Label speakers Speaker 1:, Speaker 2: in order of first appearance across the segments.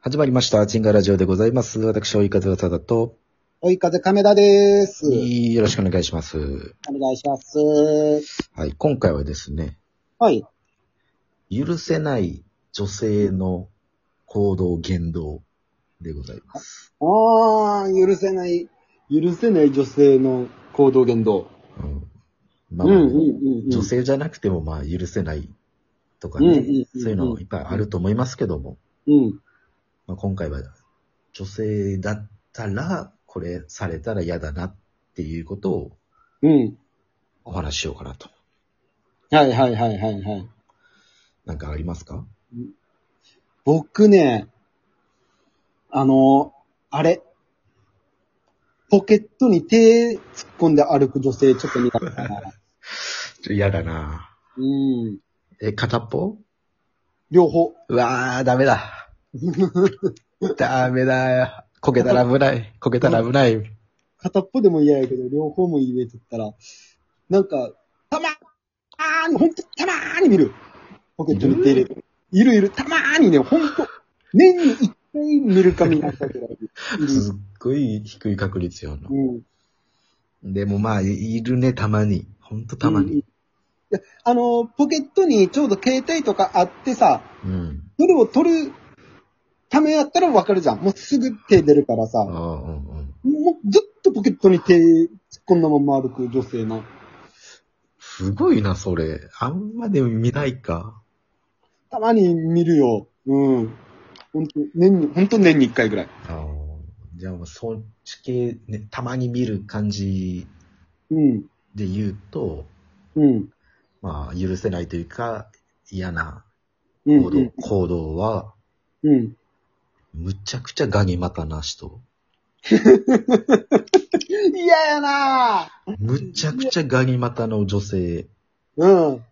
Speaker 1: 始まりました。チンガラジオでございます。私、追い風ただと、
Speaker 2: 追い風亀田です。
Speaker 1: よろしくお願いします。
Speaker 2: お願いします。
Speaker 1: はい、今回はですね、
Speaker 2: はい。
Speaker 1: 許せない女性の行動、言動でございます。
Speaker 2: ああ、許せない、許せない女性の行動言動。
Speaker 1: うん。
Speaker 2: う
Speaker 1: ま
Speaker 2: ん
Speaker 1: あ、
Speaker 2: うんうんうん。
Speaker 1: 女性じゃなくても、まあ、許せないとか
Speaker 2: うんうん
Speaker 1: ね、
Speaker 2: うん
Speaker 1: そういうのいっぱいあると思いますけども、
Speaker 2: うん。
Speaker 1: まあ、今回は女性だったら、これされたら嫌だなっていうことを
Speaker 2: うん。
Speaker 1: お話ししようかなと。
Speaker 2: はいはいはいはいはい。
Speaker 1: なんかありますか
Speaker 2: 僕ね、あの、あれ。ポケットに手突っ込んで歩く女性ちょっと苦手だ な。
Speaker 1: 嫌だな
Speaker 2: うん。
Speaker 1: え、片っぽ
Speaker 2: 両方。
Speaker 1: うわー、ダメだ。ダメだよ。こけたら危ない。こけたら危ない。
Speaker 2: 片っぽでも嫌やけど、両方も言えとったら、なんか、たまーに、ほんとたまーに見る。ポケットに手入れる。いるいる、たまーにね、ほんと、年に一回見るか見ないかぐらい。いる
Speaker 1: すっごい低い確率よな。
Speaker 2: うん。
Speaker 1: でもまあ、いいるね、たまに。ほんとたま
Speaker 2: うんい
Speaker 1: に。
Speaker 2: や、あのー、ポケットにちょうど携帯とかあってさ、
Speaker 1: うん。
Speaker 2: それを取るためやったらわかるじゃん。もうすぐ手出るからさ、
Speaker 1: うん
Speaker 2: も
Speaker 1: うんうん。
Speaker 2: うずっとポケットに手突っ込んだまま歩く女性の。
Speaker 1: すごいな、それ。あんまでも見ないか。
Speaker 2: たまに見るよ。うん。本当年に、本当年に一回ぐらい。
Speaker 1: あーじゃあ、そっち系、ね、たまに見る感じ
Speaker 2: うん。
Speaker 1: で言うと、
Speaker 2: うん。
Speaker 1: まあ、許せないというか、嫌な
Speaker 2: う
Speaker 1: 行動、
Speaker 2: ん。
Speaker 1: 行動は、
Speaker 2: うん。
Speaker 1: むちゃくちゃガニ股な人。
Speaker 2: 嫌やなぁ
Speaker 1: むちゃくちゃガニ股の女性。
Speaker 2: うん。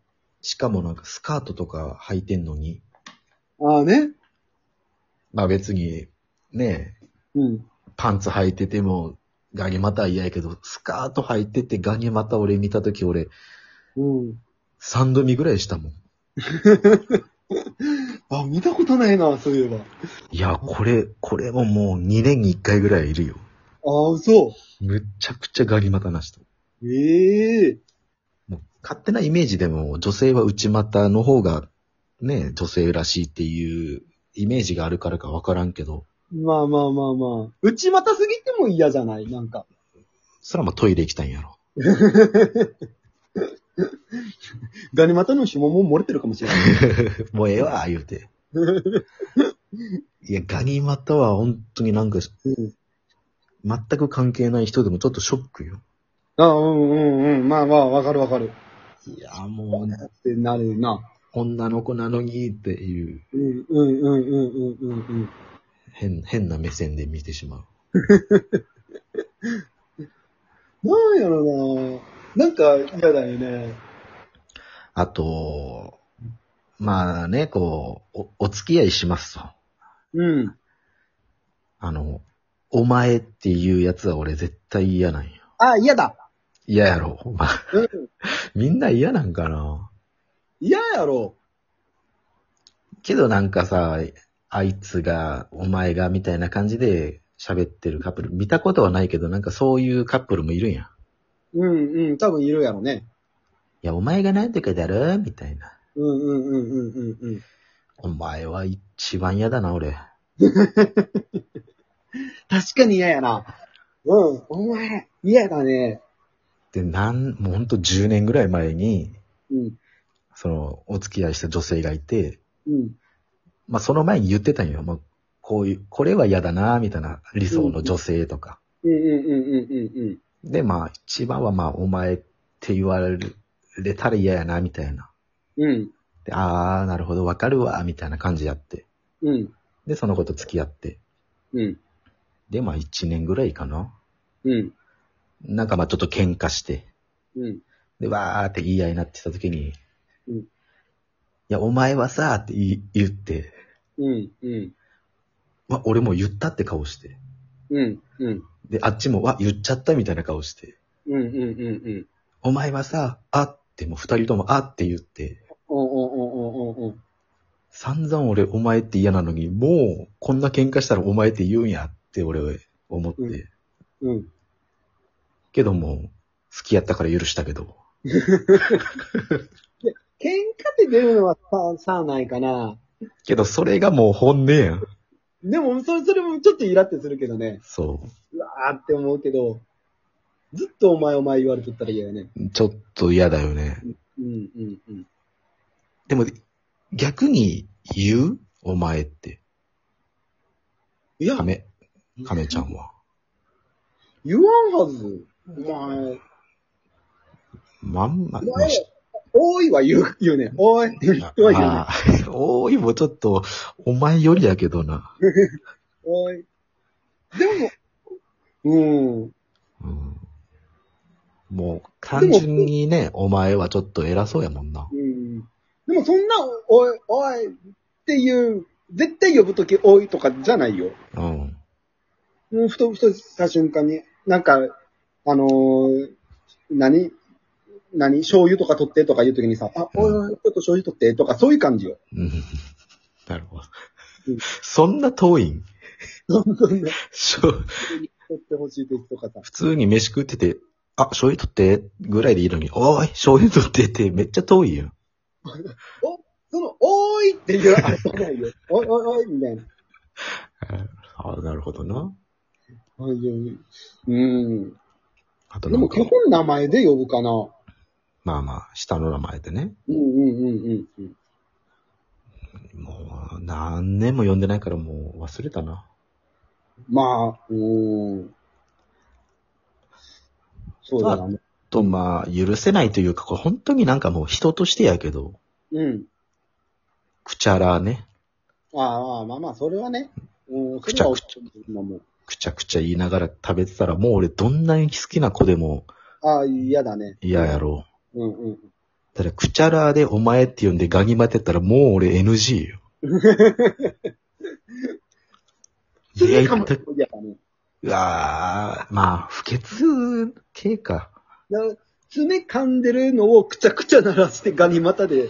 Speaker 1: しかもなんかスカートとか履いてんのに。
Speaker 2: ああね。
Speaker 1: まあ別に、ねえ、
Speaker 2: うん。
Speaker 1: パンツ履いててもガニ股は嫌やけど、スカート履いててガニ股俺見たとき俺、
Speaker 2: うん。
Speaker 1: 三度見ぐらいしたもん。
Speaker 2: あ、見たことないなそういえば。あ
Speaker 1: いや、これ、これももう2年に1回ぐらいいるよ。
Speaker 2: あ、嘘。
Speaker 1: むちゃくちゃガニ股な人。
Speaker 2: ええ
Speaker 1: もう勝手なイメージでも女性は内股の方がね、女性らしいっていうイメージがあるからかわからんけど、
Speaker 2: まあまあまあまあ。内股すぎても嫌じゃないなんか。
Speaker 1: そらまあトイレ行きたいんやろ。
Speaker 2: ガニ股の紐も漏れてるかもしれない。
Speaker 1: もうええわ、言う て。いや、ガニ股は本当になんか、
Speaker 2: うん。
Speaker 1: 全く関係ない人でもちょっとショックよ。
Speaker 2: あうんうんうん。まあまあ、わかるわかる。
Speaker 1: いや、もう、
Speaker 2: ってなるな。
Speaker 1: 女の子なのにっていう、
Speaker 2: うんうんうんうんうんうんうん。
Speaker 1: 変、変な目線で見てしまう。
Speaker 2: なんやろななんか嫌だよね。
Speaker 1: あと、まあね、こう、お、お付き合いしますと。
Speaker 2: うん。
Speaker 1: あの、お前っていうやつは俺絶対嫌なんよ。
Speaker 2: あ、嫌だ。
Speaker 1: 嫌やろ、お前。
Speaker 2: うん。
Speaker 1: みんな嫌なんかな。
Speaker 2: 嫌やろ。
Speaker 1: けどなんかさ、あいつが、お前が、みたいな感じで喋ってるカップル、見たことはないけど、なんかそういうカップルもいるんや。い
Speaker 2: うんうん。多分いるやろね。
Speaker 1: や、お前がなんとかだろみたいな。
Speaker 2: うんうんうんうんうんうん。
Speaker 1: お前は一番嫌だな、俺。
Speaker 2: 確かに嫌やな。うん。お前、嫌だね。
Speaker 1: で、なん、もうほんと10年ぐらい前に、
Speaker 2: うん。
Speaker 1: その、お付き合いした女性がいて、
Speaker 2: うん。
Speaker 1: まあ、その前に言ってたんよ。まあ、こういう、これは嫌だな、みたいな、理想の女性とか。
Speaker 2: うんうんうんうんうん
Speaker 1: で、まあ、一番はまあ、お前って言われたら嫌やな、みたいな。
Speaker 2: うん。うん。
Speaker 1: で、あー、なるほど、わかるわ、みたいな感じやって。
Speaker 2: うん。
Speaker 1: で、その子と付き合って。
Speaker 2: うん。
Speaker 1: で、まあ、1年ぐらいかな。
Speaker 2: うん。
Speaker 1: なんかまあ、ちょっと喧嘩して。
Speaker 2: うん。
Speaker 1: で、わーって言い合いになってた時に、
Speaker 2: うん
Speaker 1: いや、お前はさーって言い言って、
Speaker 2: うん。うん。
Speaker 1: わ、俺もう言ったって顔して。
Speaker 2: うん。うん。
Speaker 1: で、あっちも、わ、言っちゃったみたいな顔して。
Speaker 2: うん。うん。うん。うん。
Speaker 1: お前はさ、あって、もう二人ともあって言って、
Speaker 2: おおおおおお。
Speaker 1: 散々俺、お前って嫌なのに、もう、こんな喧嘩したらお前って言うんやって俺、思って。
Speaker 2: うんうん。
Speaker 1: けども、好きやったから許したけど。
Speaker 2: 喧嘩って出るのはさ、さあないかな。
Speaker 1: けど、それがもう本音やん。
Speaker 2: でも、それ、それもちょっとイラってするけどね。
Speaker 1: そう
Speaker 2: わーって思うけど、ずっとお前お前言われとったら嫌よね。
Speaker 1: う。ちょっと嫌だよね。
Speaker 2: うんうんうん。
Speaker 1: でも、逆に言うお前って。
Speaker 2: いや、
Speaker 1: 亀、亀ちゃんは。
Speaker 2: 言わんはず。お前、
Speaker 1: まんま、
Speaker 2: お前、おいは言う、言うね。おい、おい言うね。
Speaker 1: あー多いもちょっと、お前よりやけどな。
Speaker 2: おい。でも、う
Speaker 1: う
Speaker 2: ん。
Speaker 1: ん、もう、単純にね、お前はちょっと偉そうやもんな。
Speaker 2: うん。でもそんな、おい、おいっていう、絶対呼ぶときおいとかじゃないよ。
Speaker 1: うん。
Speaker 2: もうふとふとした瞬間に、なんか、あのー、何何醤油とか取ってとか言うときにさ、あ、おいおい、ちょっと醤油取ってとかそういう感じよ。
Speaker 1: うん なるほど
Speaker 2: うん。
Speaker 1: そんな遠いん
Speaker 2: どんどんね
Speaker 1: しょ
Speaker 2: 取ってほしいときとかさ。
Speaker 1: 普通に飯食ってて、あ、醤油取って、ぐらいでいいのに、おい、醤油取ってってめっちゃ遠いやん。
Speaker 2: その、おーいって言わないよ。おいおいおいみたいな。
Speaker 1: ああ、なるほどな。
Speaker 2: おいおいうん。
Speaker 1: あと
Speaker 2: で
Speaker 1: なん
Speaker 2: も
Speaker 1: か
Speaker 2: 基、本名前で呼ぶかな。
Speaker 1: まあまあ、下の名前でね。
Speaker 2: うんうんうんうんうん。
Speaker 1: もう、何年も呼んでないからもう忘れたな。
Speaker 2: まあ、うーん。そうだな。
Speaker 1: と、まあ、許せないというか、これ本当になんかもう人としてやけど、
Speaker 2: うん。
Speaker 1: くちゃらね、
Speaker 2: ああ、まあまあ、それはね。うん、
Speaker 1: くちゃくち
Speaker 2: それはおもう
Speaker 1: くちゃくちゃ言いながら食べてたら、もう俺どんなに好きな子でも
Speaker 2: ああ、嫌だね。
Speaker 1: 嫌やろう。
Speaker 2: うんうん。
Speaker 1: ただ、くちゃらでお前って呼んでガニ待てたら、もう俺 NG よ。いや、
Speaker 2: 次
Speaker 1: い
Speaker 2: かも
Speaker 1: た
Speaker 2: 嫌だね。
Speaker 1: うわあ、まあ、不潔系か。
Speaker 2: だから爪噛んでるのをくちゃくちゃ鳴らしてガニ股で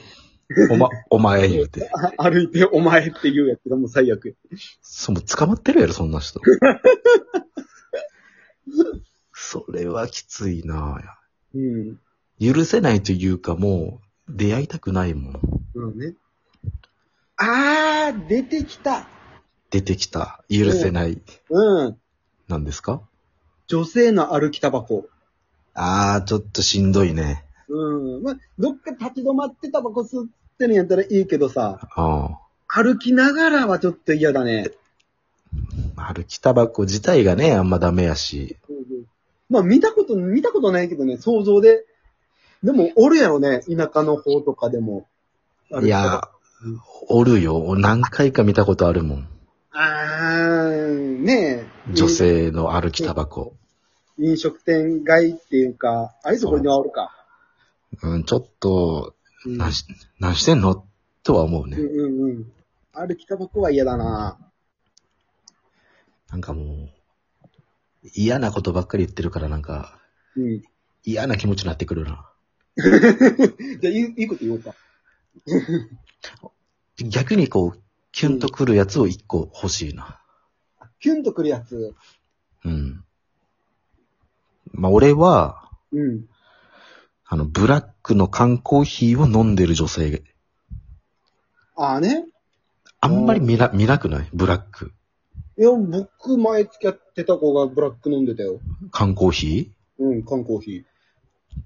Speaker 1: おま、お前言うて。
Speaker 2: あ歩いてお前って言うやつがもう最悪。
Speaker 1: そもう捕まってるやろ、そんな 人。それはきついな
Speaker 2: うん。
Speaker 1: 許せないというか、もう、出会いたくないもん。
Speaker 2: うんね。あー、出てきた。
Speaker 1: 出てきた、許せない、
Speaker 2: うん。
Speaker 1: なんですか
Speaker 2: 女性の歩きタバコ。
Speaker 1: ああ、ちょっとしんどいね。
Speaker 2: うん。まあ、どっか立ち止まってタバコ吸ってるんやったらいいけどさ、
Speaker 1: あ
Speaker 2: 歩きながらはちょっと嫌だね。
Speaker 1: あ。歩きタバコ自体がね、あんまダメやし。
Speaker 2: まあ見たこと、見たことないけどね、想像で。でも、おるやろね、田舎の方とかでも。
Speaker 1: いや
Speaker 2: うん、
Speaker 1: おるよ。何回か見たことあるもん。
Speaker 2: あー、ねえ。
Speaker 1: 女性の歩きタバコ。
Speaker 2: 飲。飲食店街っていうか、あいつこれにはおるか。
Speaker 1: うん、ちょっと、
Speaker 2: うん
Speaker 1: 何し、何してんのとは思う
Speaker 2: うん
Speaker 1: ね。
Speaker 2: うんうん。歩きタバコは嫌だな。
Speaker 1: なんかもう、嫌なことばっかり言ってるからなんか、
Speaker 2: うん。じ
Speaker 1: 嫌な気持ちになってくるな。
Speaker 2: ゃあ、いい、いいこと言おうか。
Speaker 1: 逆にこう、キュンとくるやつを一個欲しいな。
Speaker 2: キュンとくるやつ。
Speaker 1: うん。まあ、俺は、
Speaker 2: うん。
Speaker 1: あの、ブラックの缶コーヒーを飲んでる女性、
Speaker 2: ああね。
Speaker 1: あんまり見な、見なくないブラック。
Speaker 2: いや、僕、前付き合ってた子がブラック飲んでたよ。
Speaker 1: 缶コーヒ
Speaker 2: うん、缶コーヒー。
Speaker 1: ー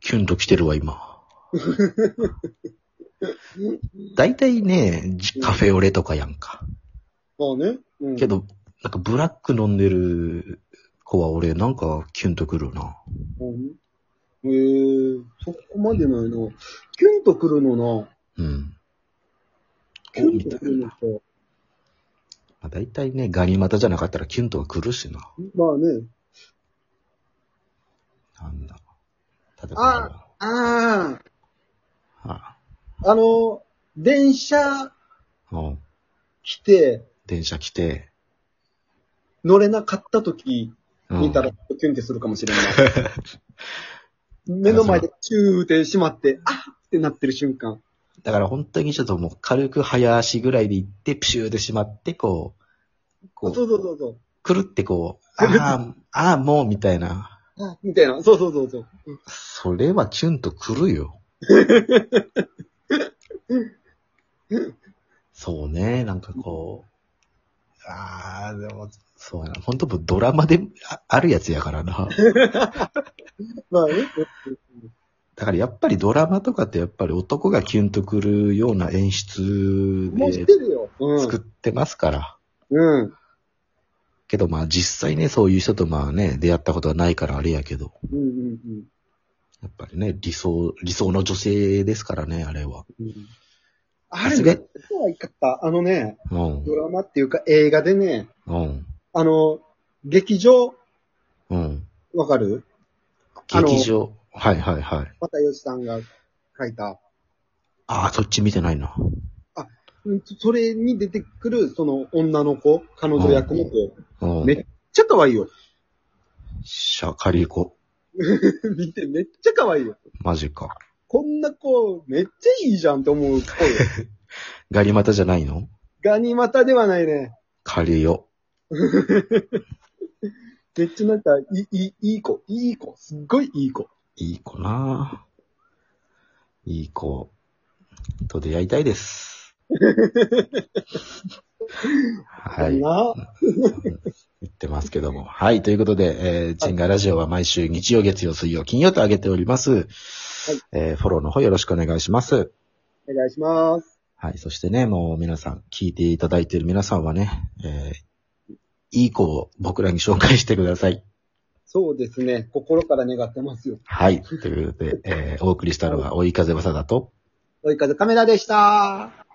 Speaker 1: キュンと来てるわ、 今。大体ね、じカフェオレとかやんか。
Speaker 2: ああね。うん。
Speaker 1: けど、なんかブラック飲んでる子は俺なんかキュンとくるな。
Speaker 2: うん。えー、そこまでないな。キュンとくるのな。
Speaker 1: うん。
Speaker 2: キュンとくるのか。
Speaker 1: まあ、大体ね、ガニ股じゃなかったらキュンとは来るしな。
Speaker 2: まあね。
Speaker 1: なんだ。ただ
Speaker 2: ああ
Speaker 1: あ
Speaker 2: あ、あの、電車
Speaker 1: うん
Speaker 2: 来て
Speaker 1: 電車来て、
Speaker 2: 乗れなかった時
Speaker 1: うん
Speaker 2: 見たらキュンってするかもしれない。 目の前でチューってしまって、あっってなってる瞬間。
Speaker 1: だから本当にちょっともう軽く早足ぐらいで行って、プシューでしまって、こう、こ
Speaker 2: そう
Speaker 1: う、
Speaker 2: そうそうそう。
Speaker 1: くるってこう、
Speaker 2: くるって
Speaker 1: ああ、ああ、もうみたいな。
Speaker 2: あみたいな。そうそうそうそう。
Speaker 1: それはキュンとくるよ。そうね、なんかこう、ああ、でも、そうやな。本当もうドラマでああるやつやからな。
Speaker 2: まあね。
Speaker 1: だからやっぱりドラマとかってやっぱり男がキュンとくるような演出
Speaker 2: もう知
Speaker 1: で
Speaker 2: ってるよ。うん
Speaker 1: 作。ってますから。
Speaker 2: うん。
Speaker 1: けどまあ実際ね、そういう人とまあね、出会ったことはないからあれやけど。
Speaker 2: うんうん
Speaker 1: やっぱりね、理想、理想の女性ですからね、あれは。
Speaker 2: うん。あれ、
Speaker 1: す
Speaker 2: そ
Speaker 1: げえ
Speaker 2: うはいかった。あのね、
Speaker 1: うん
Speaker 2: ド。ラマっていうか映画でね、
Speaker 1: うん。
Speaker 2: あの、劇場、
Speaker 1: うん。
Speaker 2: わかるあの
Speaker 1: 劇場。はいはいはい。
Speaker 2: またよしさんが書いた。
Speaker 1: ああ、そっち見てないな。
Speaker 2: うんそれに出てくる、その女の子、彼女役の子。めっ
Speaker 1: う
Speaker 2: め
Speaker 1: ん。
Speaker 2: ちゃ可愛いよ。
Speaker 1: シャカリコ。
Speaker 2: 見て、めっちゃ可愛いよ。
Speaker 1: マジか。
Speaker 2: こんな子、めっちゃいいじゃんって思 う子よ。
Speaker 1: ガリマタじゃないの
Speaker 2: ガニ股ではないね。
Speaker 1: カリオ。
Speaker 2: めっちゃなんか、いい、いいい子、いい子、すっごいいい子。
Speaker 1: いい子なぁいい子と出会いたい です。はい。
Speaker 2: な
Speaker 1: 言ってますけども。はい。ということで、えー、チンガラジオは毎週日曜、月曜、水曜、金曜と上げております。えーフォローの方よろしくお願いします。
Speaker 2: お願いします。
Speaker 1: はい。そしてね、もう皆さん、聞いていただいている皆さんはね、えーいい子を僕らに紹介してください。
Speaker 2: そうですね。心から願ってますよ。
Speaker 1: はい。ということで、えーお送りしたのは、追い風わさだと、
Speaker 2: 追い風カメラでした。